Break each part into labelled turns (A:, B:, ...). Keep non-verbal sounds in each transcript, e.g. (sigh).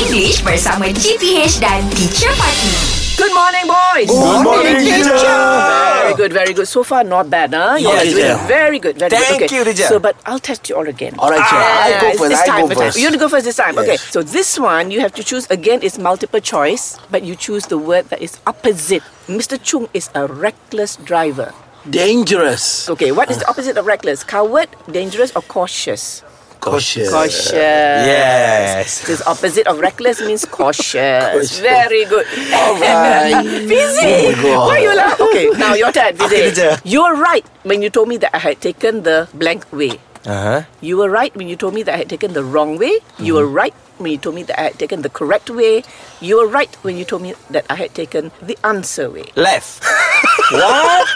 A: English bersama GPH dan Teacher Fatih.
B: Good morning, boys.
C: Good morning, teacher.
B: Very good, very good. So far, not bad, huh? You
C: Yeah,
B: are doing
C: teacher.
B: very good, very
C: Thank
B: good.
C: you, teacher.
B: So, but I'll test you all again. Ah,
C: All right, teacher. I go
B: it's
C: first,
B: This
C: I
B: time,
C: go
B: this time.
C: first.
B: You have to go first this time. Okay.
C: Yes.
B: So this one you have to choose again. It's multiple choice, but you choose the word that is opposite. Mr. Chung is a reckless driver.
C: Dangerous.
B: Okay. What is the opposite of reckless? Coward, dangerous, or cautious?
C: Cautious.
B: Cautious.
C: Yes.
B: This opposite of reckless means cautious.
C: Cautious.
B: Very good. (laughs)
C: Alright.
B: Busy.
C: Oh my God.
B: Why you laugh? Okay, (laughs) now your turn,
C: Okay,
B: Busy.
C: teacher.
B: you were right when you told me that I had taken the blank way.
C: (laughs) Uh-huh.
B: You were right when you told me that I had taken the wrong way.
C: Mm-hmm.
B: You were right when you told me that I had taken the correct way. You were right when you told me that I had taken the answer way.
C: Left. (laughs) what?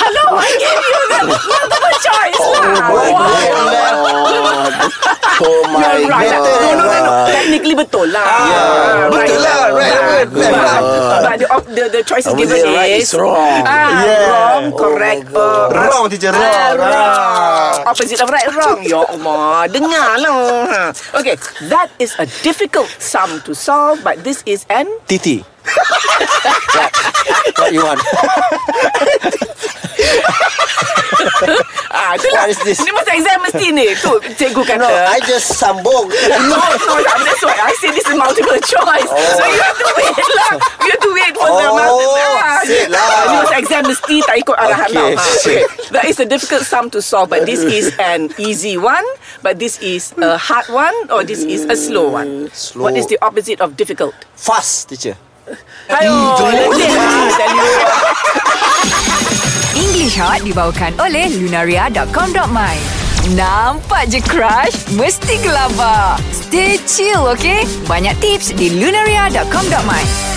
B: Hello, I gave you (laughs) the multiple choice. lah.
C: Oh My
B: Wow.
C: God. Oh my
B: You're right.
C: God.
B: No, no, no, no. Technically betul lah.
C: yeah. Betul lah. Right, right,
B: But,
C: right.
B: but, but the, op- the, the choice
C: Over
B: given
C: there, right
B: is
C: is wrong.
B: Ah,
C: Yeah.
B: Wrong,
C: Oh
B: correct.
C: my God.
B: per-
C: Wrong, teacher,
B: Ah,
C: wrong,
B: wrong. Opposite of right, wrong. Ya Allah, dengar lah. Okay, that is a difficult sum to solve, but this is an
C: (laughs) Titi. what? what you want?
B: ah, itulah.
C: What is this?
B: Ni masa exam mesti ni. Tu cikgu kata.
C: No, (laughs) I just (laughs) sambung.
B: No, no, I'm- that's why I say this is multiple choice. So you have to wait lah. You have to wait for the Ah,
C: Oh,
B: multiple.
C: sit lah.
B: Ni masa exam mesti tak ikut arahan
C: Okay,
B: lah. Ah, Okay. That is a difficult sum to solve, but this is an easy one. But this is a hard one, or this is a slow one.
C: Mm, Slow.
B: What is the opposite of difficult?
C: Fast, teacher.
B: Ayo, let's
C: (laughs)
B: tell you.
A: English Hot dibawakan oleh Lunaria.com.my. Nampak je crush? Mesti gelabah. Stay chill, okay? Banyak tips di Lunaria.com.my.